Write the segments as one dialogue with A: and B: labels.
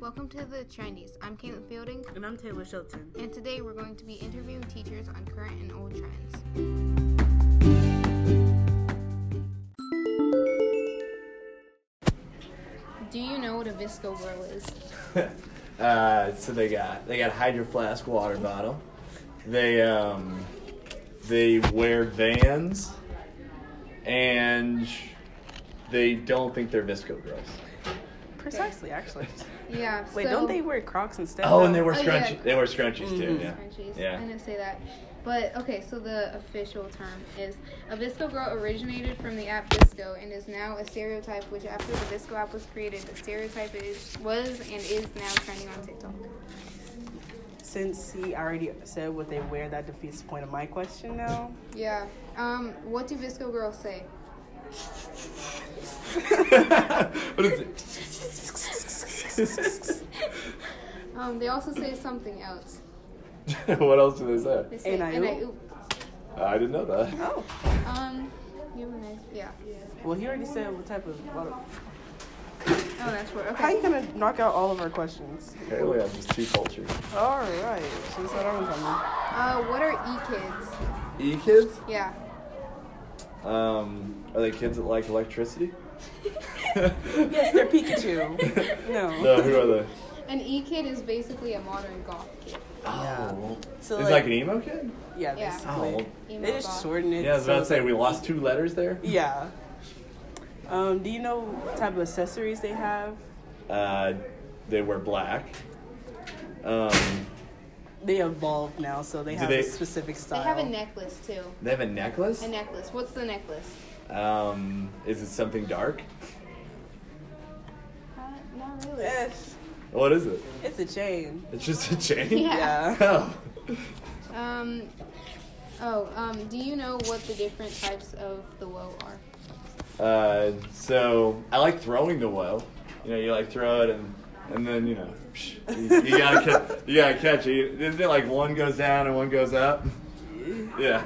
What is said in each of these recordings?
A: Welcome to The Chinese. I'm Caitlin Fielding,
B: And I'm Taylor Shelton.
A: and today we're going to be interviewing teachers on current and old trends. Do you know what a Visco girl is?
C: Uh, so they got they got hydro flask water bottle. They um they wear Vans, and they don't think they're visco girls.
B: Precisely, actually.
A: Yeah.
B: Wait,
A: so,
B: don't they wear Crocs instead?
C: Oh, and they wear
A: Oh,
C: scrunchies.
A: yeah.
C: They wear scrunchies too. Yeah.
A: Scrunchies. I
C: Yeah.
A: didn't say that. But okay, so the official term is a Visco girl originated from the app Visco and is now a stereotype. Which after the Visco app was created, the stereotype is was and is now trending on TikTok.
B: Since he already said what they wear, that defeats the point of my question now.
A: Yeah. Um. What do Visco girls say?
C: what is
A: Um. They also say something else.
C: it? what else do they
A: They
C: say?
A: say
B: And I
A: and I
B: oop."
A: oop."
C: I didn't know that.
B: Oh.
A: Um. You and I. Yeah.
B: Well, he already said what type of. Well,
A: Oh, that's where.
B: how
A: Okay.
B: you gonna knock out all of our questions?
C: Okay, we have just two cultures.
B: All right. So is that all I'm coming?
A: Uh. What are e kids?
C: E kids?
A: Yeah.
C: Um, are they kids that like electricity?
B: Yes, they're Pikachu. no.
C: No, who are they?
A: An e kid is basically a modern goth kid.
C: Oh,
B: So,
C: it's like,
B: like-
C: an emo kid.
B: Yeah.
A: Yeah.
B: Basically.
C: well-
A: Emo
B: They just
A: goth.
B: shortened it.
C: yeah, I was about
B: so-
C: to say we lost two letters there.
B: Yeah. Um, do you know what type of accessories they have?
C: Uh, they wear black. Um,
B: They evolve now, so they
C: Do
B: have
C: they-
B: a specific
A: They
B: style.
A: have a necklace too.
C: they have a necklace.
A: A necklace. What's the necklace?
C: Um, is it something dark?
A: Uh, not really.
B: Yes,
C: What is it?
B: Eh, it's a chain.
C: It's just a chain.
A: Yeah.
B: Yeah.
C: Oh.
A: Um. Oh. Um. Do you know what the different types of the woe are?
C: Uh, so I like throwing the woe. You know, you like throw it and and then you know psh, you, you gotta ca- you gotta catch it. Isn't it like one goes down and one goes up? Yeah.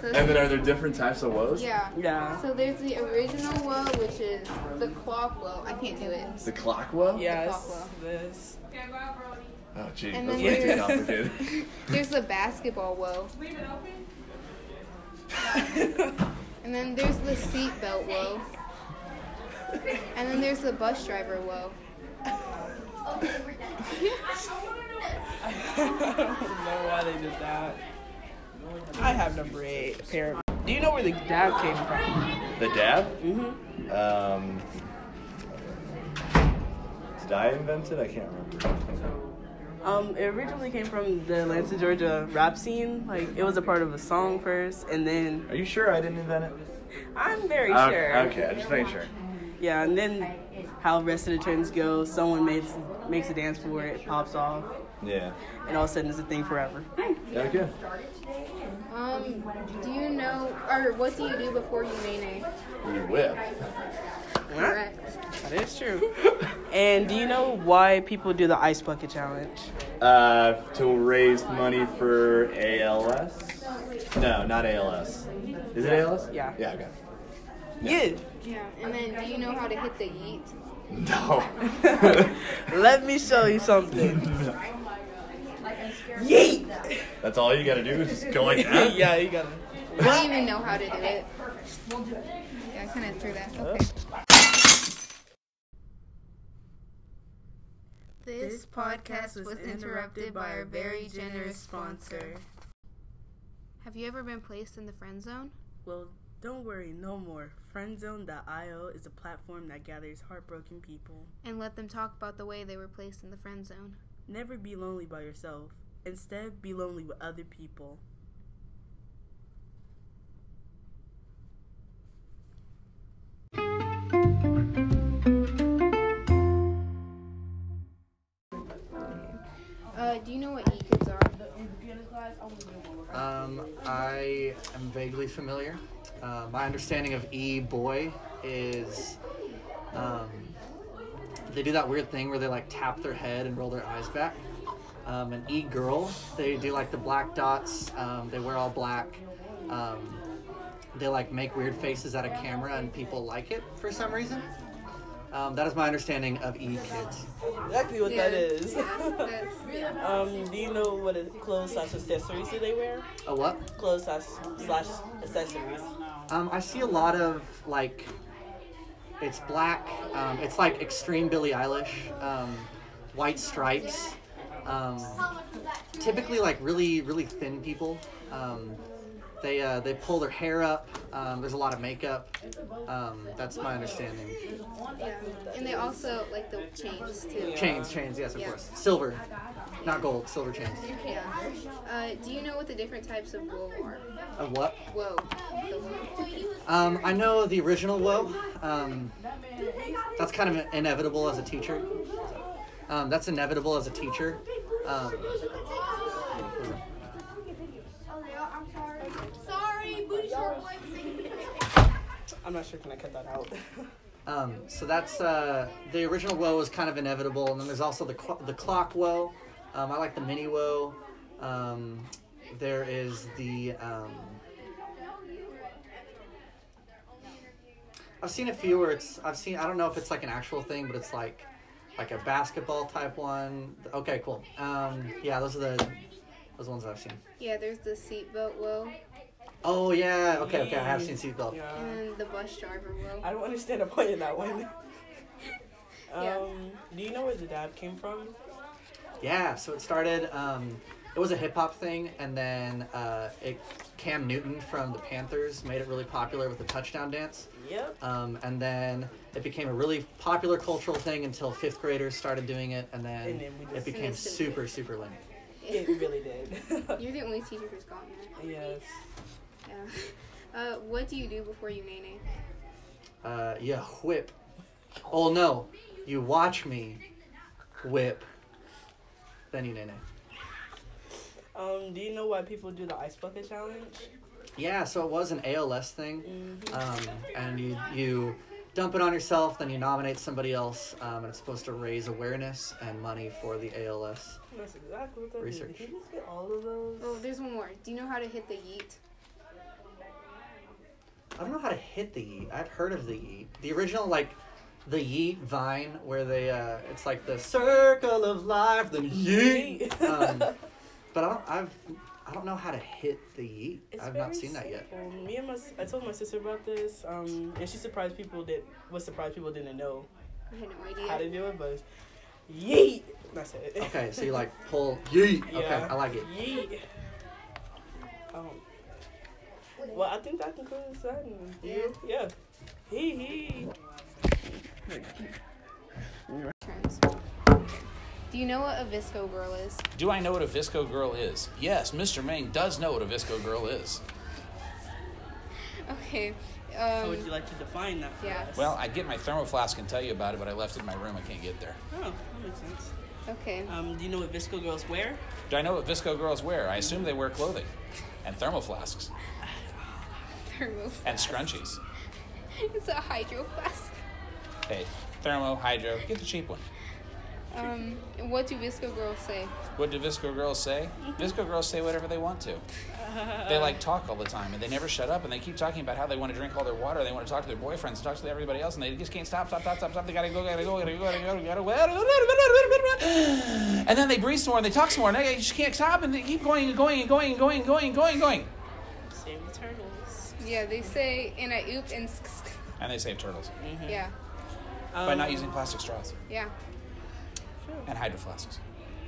A: So
C: And then are there different types of woes?
A: yeah.
B: Yeah.
A: So there's the original woe, which is the clock woe. I can't do it.
C: The clock woe.
B: Yes.
A: Buffalo.
B: This.
C: Oh, geez,
A: And
C: that's
A: then
C: way too
A: there's-
C: complicated.
A: There's the basketball woe, and then there's the seatbelt woe, and then there's the bus driver woe.
B: I don't know why they did that. I have number eight. Pair. Do you know where the dab came from?
C: the dab. Mm-hmm. Um, did I invent it? I can't remember.
B: Um, it originally came from the Atlanta, Georgia rap scene. Like it was a part of a song first, and then
C: Are you sure I didn't invent it?
B: I'm very
C: Okay,
B: sure.
C: Okay, I just making sure.
B: Yeah, and then how rest of the trends go. Someone makes makes a dance for it, pops off,
C: Yeah.
B: and all of a sudden it's a thing forever.
C: Okay.
A: Um. Do you know, or what do you do before you nay?
C: We whip.
A: Correct.
B: That is true. and do you know why people do the ice bucket challenge?
C: Uh, to raise money for ALS. No, not ALS. Is it ALS?
B: Yeah.
C: Yeah. Okay.
B: Yeah.
A: Yeah. And then, do you know how to hit the yeet?
C: No.
B: Let me show you something. Yeet.
C: That's all you gotta do is just go like that.
B: yeah, you gotta.
A: I don't even know how to do it. Yeah, I kind of threw that. Okay. This podcast was interrupted by our very generous sponsor. Have you ever been placed in the friend zone?
B: Well, don't worry, no more. Friendzone.io is a platform that gathers heartbroken people.
A: And let them talk about the way they were placed in the friend zone.
B: Never be lonely by yourself. Instead, be lonely with other people.
A: Uh, do you know what e-kids are?
D: Um, I am vaguely familiar. Uh, my understanding of E boy is um, they do that weird thing where they like tap their head and roll their eyes back. Um, and E girl, they do like the black dots. Um, they wear all black. Um, they like make weird faces at a camera and people like it for some reason. Um, that is my understanding of E kids.
B: Exactly what that is.
A: That's, yeah.
B: um, do you know what is clothes slash accessories do they wear?
D: A what?
B: Clothes slash slash accessories.
D: Um, I see a lot of like, it's black. Um, it's like extreme Billie Eilish, um, white stripes. Um, typically, like really, really thin people. Um, they uh, they pull their hair up. Um, there's a lot of makeup. Um, that's my understanding.
A: yeah. And they also like the chains too.
D: Chains, chains, yes, of course. Silver, not gold. Silver chains.
A: Yeah. Uh, do you know what the different types of woe are?
D: Of what?
A: Woe. The woe.
D: Um, I know the original woe. Um, that's kind of inevitable as a teacher. Um, that's inevitable as a teacher. Um,
E: Sorry, booty short boy.
B: I'm not sure. Can I cut that out?
D: um, so that's uh, the original woe is kind of inevitable, and then there's also the cl- the clock woe. Um, I like the mini woe. Um, there is the. Um, I've seen a few where it's I've seen I don't know if it's like an actual thing, but it's like like a basketball type one. Okay, cool. Um, yeah, those are the those ones that I've seen.
A: Yeah, there's the seatbelt woe
D: Oh yeah, okay, okay, I have seen seatbelt.
A: and
B: Yeah.
A: then the bus driver woe.
B: I don't understand a point in that one.
A: Yeah.
B: Um, do you know where the dab came from?
D: Yeah, so it started. Um, it was a hip hop thing, and then uh, it, Cam Newton from the Panthers made it really popular with the touchdown dance.
B: Yep.
D: Um, and then it became a really popular cultural thing until fifth graders started doing it, and then,
B: And then we
D: it
B: just-
D: became
A: And it's-
D: super, super lame.
B: It really did.
A: You're the only teacher who's gotten
B: yes.
A: that. Yeah. Uh, what do you do before you nay
D: Uh, yeah, whip. Oh no, you watch me whip. Then you nay nay.
B: Um, do you know why people do the ice bucket challenge?
D: Yeah, so it was an ALS thing, um,
B: Mm-hmm.
D: and you you dump it on yourself, then you nominate somebody else, um, and it's supposed to raise awareness and money for the ALS.
B: That's exactly what that is.
D: Research.
B: Did you just get all of those?
A: Oh, there's one more. Do you know how to hit the yeet?
D: I don't know how to hit the yeet. I've heard of the yeet. The original like the yeet vine where they uh, it's like the circle of life, then yeet.
B: Yeet.
D: um, but I don't, I've I don't know how to hit the yeet.
B: It's
D: I've not
B: very
D: seen that yet.
B: simple. Me and my, s- I told my sister about this, um, and she surprised people that was surprised people didn't know
A: I had no
B: how
A: idea.
B: to do it, but yeet. That's it.
D: Okay, so you like pull yeet.
B: Yeah.
D: Okay, I like it.
B: Yeet. Um. Well, I think that concludes that. and You? Yeah. Hee hee.
A: Trends. Do you know what a visco girl is?
F: Do I know what a Visco girl is? Yes, Mr. Ming does know what a Visco girl is.
A: Okay.
B: How
A: Um,
B: would you like to define that? For
A: yeah.
B: us?
F: Well, I'd get my thermo flask and tell you about it, but I left it in my room. I can't get there.
B: Oh, that makes sense.
A: Okay.
B: Um, do you know what Visco girls wear?
F: Do I know what Visco girls wear? I assume they wear clothing and thermo flasks
A: Thermo.
F: and scrunchies.
A: It's a hydro flask.
F: Hey, thermo, hydro, get the cheap one.
A: Um, what do visco girls say?
F: What do Visco girls say?
B: Mm-hmm.
F: Visco girls say whatever they want to. They like talk all the time and they never shut up and they keep talking about how they want to drink all their water. They want to talk to their boyfriends, talk to everybody else, and they just can't stop, stop, stop, stop, stop. They gotta go, gotta go, gotta go, gotta go, gotta go. And then they breathe some more and they talk some more and they just can't stop and they keep going and going and going and going and going and going and going.
B: Save the turtles.
A: Yeah, they say and I oop and sk- sk-
F: And they save turtles
B: Mm-hmm.
A: yeah,
B: Um,
F: by not using plastic straws
A: yeah.
F: and hydro flasks.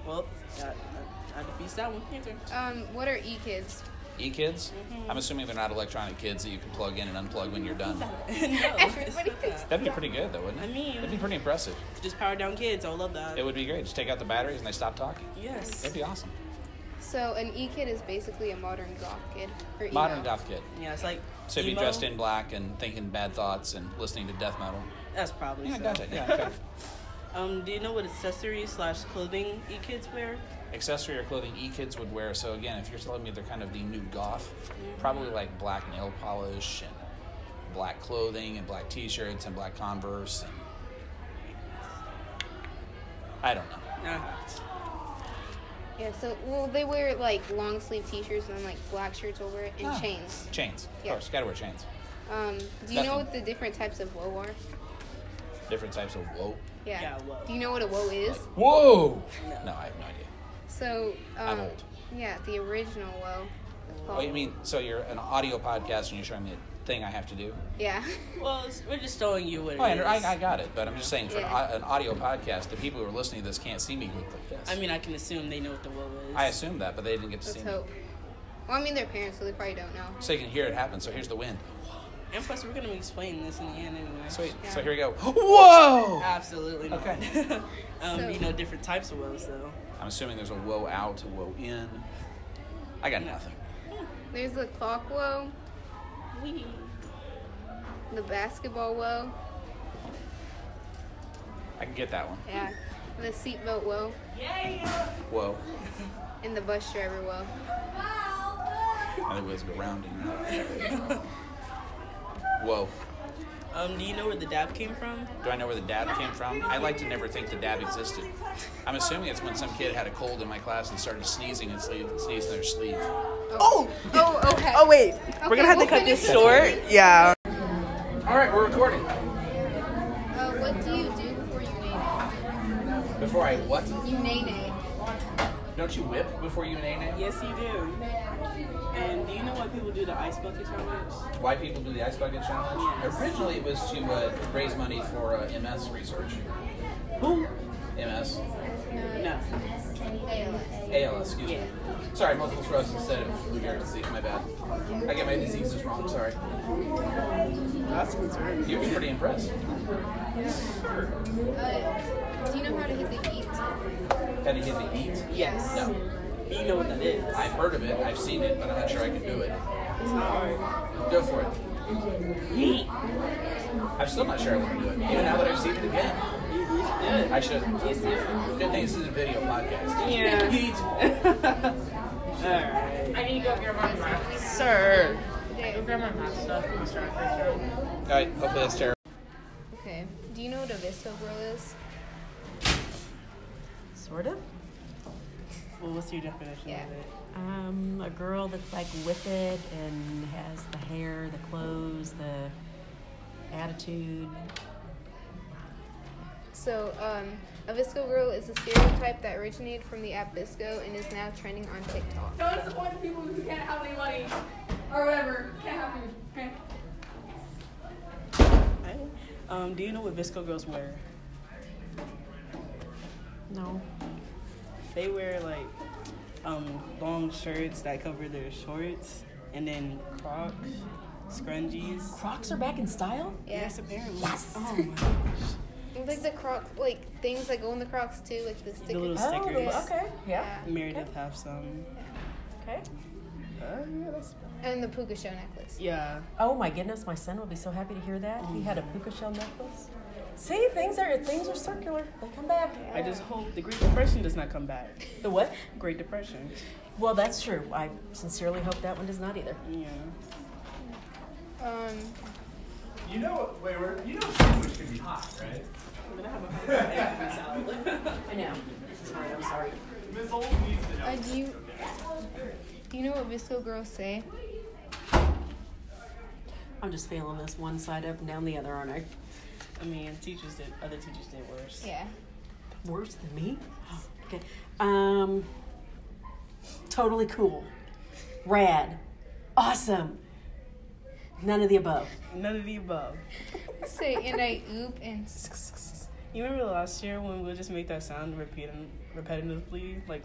B: Well, that, that, that defeats that one. Your turn.
A: Um, what are e kids?
F: E kids?
B: Mm-hmm.
F: I'm assuming they're not electronic kids that you can plug in and unplug when you're done.
A: Everybody thinks.
F: That'd be pretty good though, wouldn't it?
B: I mean-
F: that'd be pretty impressive.
B: Just power down kids. I love that.
F: It would be great. Just take out the batteries and they stop talking.
B: yes.
F: That'd be awesome.
A: So an e kid is basically a modern goth kid or emo.
F: Modern goth kid.
B: Yeah, it's like.
F: So you'd be
B: emo.
F: dressed in black and thinking bad thoughts and listening to death metal.
B: That's probably.
F: Yeah,
B: so.
F: gotcha. Yeah, okay.
B: Um, do you know what accessories slash clothing e kids wear?
F: Accessory or clothing e kids would wear. So again, if you're telling me they're kind of the new goth, probably like black nail polish and black clothing and black t-shirts and black Converse. And I don't know.
B: Nah.
A: Yeah. So well, they wear like long sleeve t shirts and then like black shirts over it and
F: Ah.
A: chains.
F: Chains, of
A: Yeah.
F: course. Gotta wear chains.
A: Um, do you know
F: Nothing.
A: what the different types of woe are?
F: different types of whoa.
A: Yeah.
B: Yeah, whoa.
A: Do you know what a woe is?
F: Whoa! No, I have no idea.
A: So, um,
F: I'm old.
A: yeah, the original woe. That's
F: Oh,
A: called-
F: you mean so you're an audio podcast and you're showing me a thing I have to do?
A: Yeah.
B: Well, it's, we're just showing you what it
F: Oh, I,
B: is.
F: I, I got it, but I'm just saying for an
A: Yeah.
F: au- an audio podcast, the people who are listening to this can't see me look like this.
B: I mean, I can assume they know what the woe is.
F: I assume that, but they didn't get to
A: Let's
F: see me.
A: hope. Well, I mean, they're parents, so they probably don't know.
F: So you can hear it happen. So here's the wind.
B: And plus, we're gonna be explaining this in the end anyway.
F: Sweet. So
A: Oh, Yeah.
F: here we go. Whoa!
B: Absolutely not.
F: Okay.
B: um,
A: So-
B: you know, different types of woes though.
F: I'm assuming there's a whoa out, a whoa in. I got nothing.
A: There's the clock woe,
B: We.
A: the basketball woe,
F: I can get that one.
A: yeah, the seatbelt woe,
F: Whoa.
A: and the bus driver woe.
F: And it was rounding. Whoa.
B: Um, do you know where the dab came from?
F: Do I know where the dab came from? I like to never think the dab existed. I'm assuming it's when some kid had a cold in my class and started sneezing and sleeve, sneezed in their sleeve.
A: Oh. Oh. Okay.
E: Oh wait,
A: Okay,
E: we're gonna have
A: we'll
E: to cut this
A: finish
E: short. Yeah.
F: All right, we're recording.
A: Uh, what do you do before you name
F: Before I what?
A: it? You name it.
F: Don't you whip before you name it?
B: Yes, you do. And do you know why people do the ice bucket challenge?
F: Why people do the ice bucket challenge? Originally, it was to uh, raise money for uh, MS research.
B: Who?
F: MS,
B: No.
F: ALS. Excuse
B: Yeah.
F: me. Sorry, multiple sclerosis instead of Lou Gehrig's disease. My bad. I get my diseases wrong. I'm sorry.
B: That's concerning.
F: You'd be pretty impressed.
A: Uh, do you know how to hit the eat?
F: Had to hit the eat.
B: Yes.
F: No,
B: You know what that is.
F: I've heard of it. I've seen it, but I'm not sure I can do it.
B: It's hard.
F: Go for it. I'm still not sure I want to do it. Even now that I've seen it again, I should. Good thing this is a video podcast.
B: Yeah. Alright. Sir.
F: All right. Hopefully that's terrible.
A: Okay. Do you know what a visco grill is?
G: Sort of.
B: Well, what's your definition
A: Yeah.
B: of it?
G: Um, a girl that's like with it and has the hair, the clothes, the attitude.
A: So, um, a visco grill is a stereotype that originated from the app Visco and is now trending on TikTok.
H: Don't disappoint the people who can't have any money or whatever. Can't have food. Okay.
B: Right? Um, do you know what Visco girls wear?
G: No.
B: They wear like um, long shirts that cover their shorts and then Crocs, scrunchies.
G: Crocs are back in style?
A: Yeah.
B: Yes, apparently. Oh my gosh.
A: And, Like the croc, like things that go in the crocs too, like the
B: The little
A: stickers.
B: stickers.
G: Oh, okay. Yeah. Oh,
B: Meredith have some.
G: Okay.
A: And the puka shell necklace.
B: Yeah.
G: Oh my goodness, my son would be so happy to hear that. He had a puka shell necklace. See, things are things are circular. They come back.
B: I just hope the Great Depression does not come back.
G: The what?
B: Great Depression.
G: Well, that's true. I sincerely hope that one does not either.
B: Yeah.
A: Um,
I: You know, wait, wait, you know, sandwich can be hot, right?
B: I'm gonna have a hard time figuring this out.
G: I know. Sorry, I'm sorry.
I: Ms. Old needs to know.
A: uh, do you do you know what visco girls say?
G: I'm just failing this one side up and down the other, aren't I?
B: I mean, teachers did. Other teachers did worse.
A: Yeah.
G: Worse than me? Okay. Um, totally cool. Rad. Awesome. None of the above.
B: None of the above.
A: Say and I oop and s-
B: You remember last year when we would just make that sound repeating, repetitively, like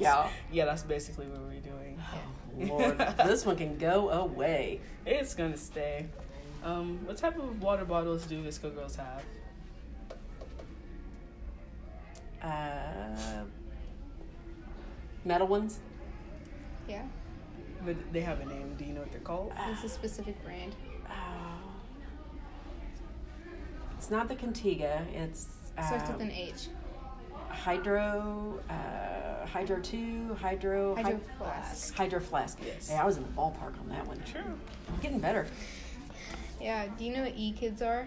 G: Yeah. Oh,
B: yeah. That's basically what we're doing.
G: Lord, this one can go away.
B: It's gonna stay. Um, what type of water bottles do Visco girls have?
G: Uh, metal ones?
A: yeah.
B: But they have a name. Do you know what they're called?
A: It's a specific brand.
G: Uh, it's not the Contiga. It's
A: Starts
G: uh,
A: with an H.
G: Hydro, uh, Hydro 2,
A: Hydro
G: Hydro... Hy-
A: flask.
G: Hydro Flask.
B: Yes.
G: Yeah, I was in the ballpark on that one.
B: Sure.
G: I'm getting better.
A: Yeah. Do you know what e kids are?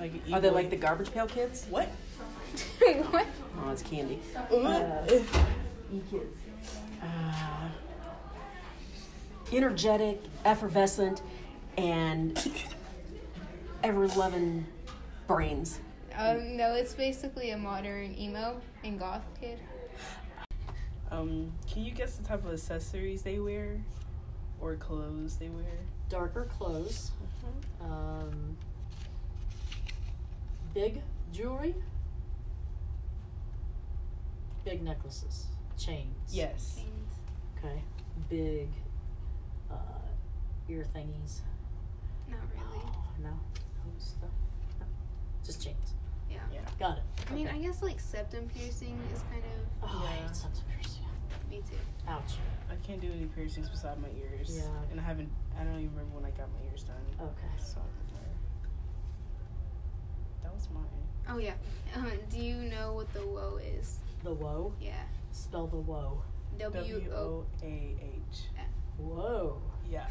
B: Like an
G: Are they
B: e-boy.
G: like the Garbage Pail Kids?
B: what?
A: what?
G: Oh, it's candy. E-kids. Uh, energetic, effervescent, and
J: ever loving brains.
A: Um, no, it's basically a modern emo and goth kid.
B: Um, can you guess the type of accessories they wear or clothes they wear?
J: Darker clothes, um, big jewelry, big necklaces, chains.
B: Yes.
J: Okay. Big uh, ear thingies.
A: Not really.
J: Oh, no. No stuff. No. Just chains.
A: Yeah.
J: Got it.
A: I mean, I guess like septum piercing is kind of
J: Oh, I hate septum piercing.
A: me too.
J: Ouch.
B: I can't do any piercings beside my ears.
J: Yeah.
B: And I haven't, I don't even remember when I got my ears done.
J: Okay.
B: So, that was mine.
A: Oh yeah. Um, do you know what the woe is?
J: The woe.
A: Yeah.
J: Spell the woe.
A: W O.
B: A H.
J: Whoa.
B: Yeah.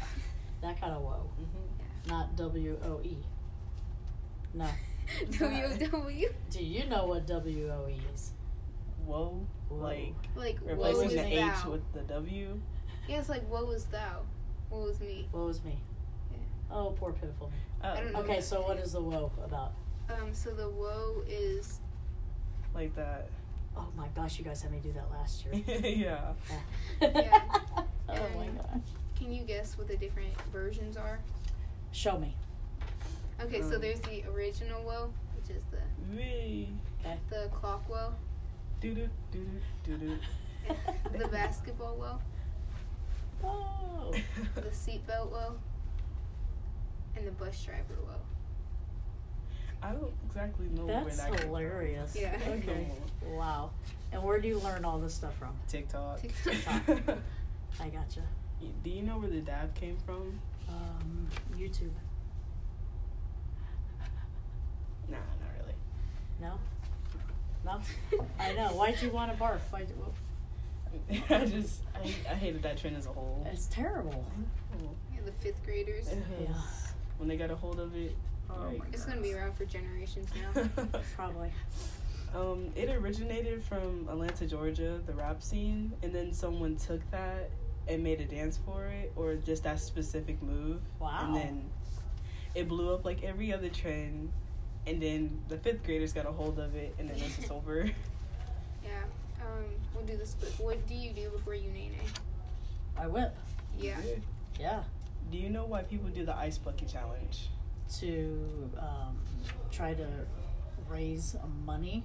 J: That kind of woe.
B: Mm-hmm.
J: Not W O E. No.
A: W O W.
J: Do you know what W O E is?
B: Whoa.
J: Whoa.
B: Like,
A: Like woe
B: replacing
A: is
B: the H
A: thou.
B: with the W.
A: Yeah, it's like woe is thou. Woe is me.
J: Woe is me.
A: Yeah.
J: Oh, poor pitiful me.
B: Oh,
A: I don't know.
J: Okay, so what is the woe about?
A: Um. So the woe is.
B: like that.
J: Oh my gosh, you guys had me do that last year.
B: yeah.
A: Yeah.
J: oh my gosh.
A: Can you guess what the different versions are?
J: Show me.
A: Okay, so
B: Um.
A: there's the original woe, which is the
B: Wee.
A: the clock woe,
B: Do do do do do
A: the basketball woe,
J: Oh.
B: do.
A: the seatbelt woe, and the bus driver woe.
B: I don't exactly know where
J: That's
B: that came
J: hilarious.
A: Yeah.
B: from.
J: Okay.
B: Come on.
J: Wow. And where do you learn all this stuff from?
B: TikTok.
A: TikTok.
J: I gotcha.
B: do you know where the dab came from?
J: Um, YouTube.
B: Nah, not really.
J: No? No? I know. Why'd you want to barf? Why'd you,
B: I just I, I hated that trend as a whole.
J: it's terrible.
A: Yeah, the fifth graders.
B: Oh
J: Yeah.
B: When they got a hold of it.
J: Oh
B: like-
J: my
A: It's gonna be around for generations now.
J: Probably.
B: um, it originated from Atlanta, Georgia, the rap scene, and then someone took that and made a dance for it, or just that specific move.
J: Wow.
B: And then it blew up like every other trend, and then the fifth graders got a hold of it, and then it's just over.
A: Yeah. Um, we'll do this quick. What do you do before you nay nay?
J: I whip.
A: Yeah.
J: Yeah.
B: Do you know why people do the ice bucket challenge?
J: to um, try to raise money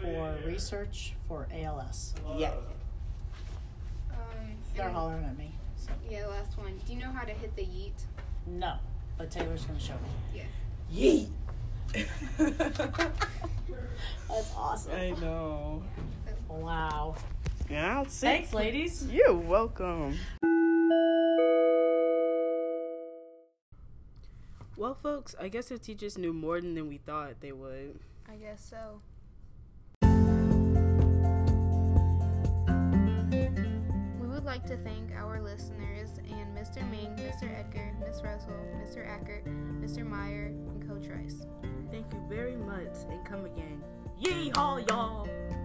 J: for research for ALS.
B: Yeah.
A: Um,
J: They're
A: and-
J: hollering at me. So
A: yeah, last one. Do you know how to hit the yeet?
J: no, but Taylor's gonna show me.
A: Yeah.
B: Yeet.
J: That's awesome.
B: I know.
J: Wow.
B: Yeah, I'll see.
J: Thanks, ladies.
B: You're welcome. Well, folks, I guess our teachers knew more than we thought they would.
A: I guess so. We would like to thank our listeners and Mr. Ming, Mr. Edgar, Miss Russell, Mr. Ackert, Mr. Meyer, and Coach Rice.
B: Thank you very much, and come again. Yee haw, y'all!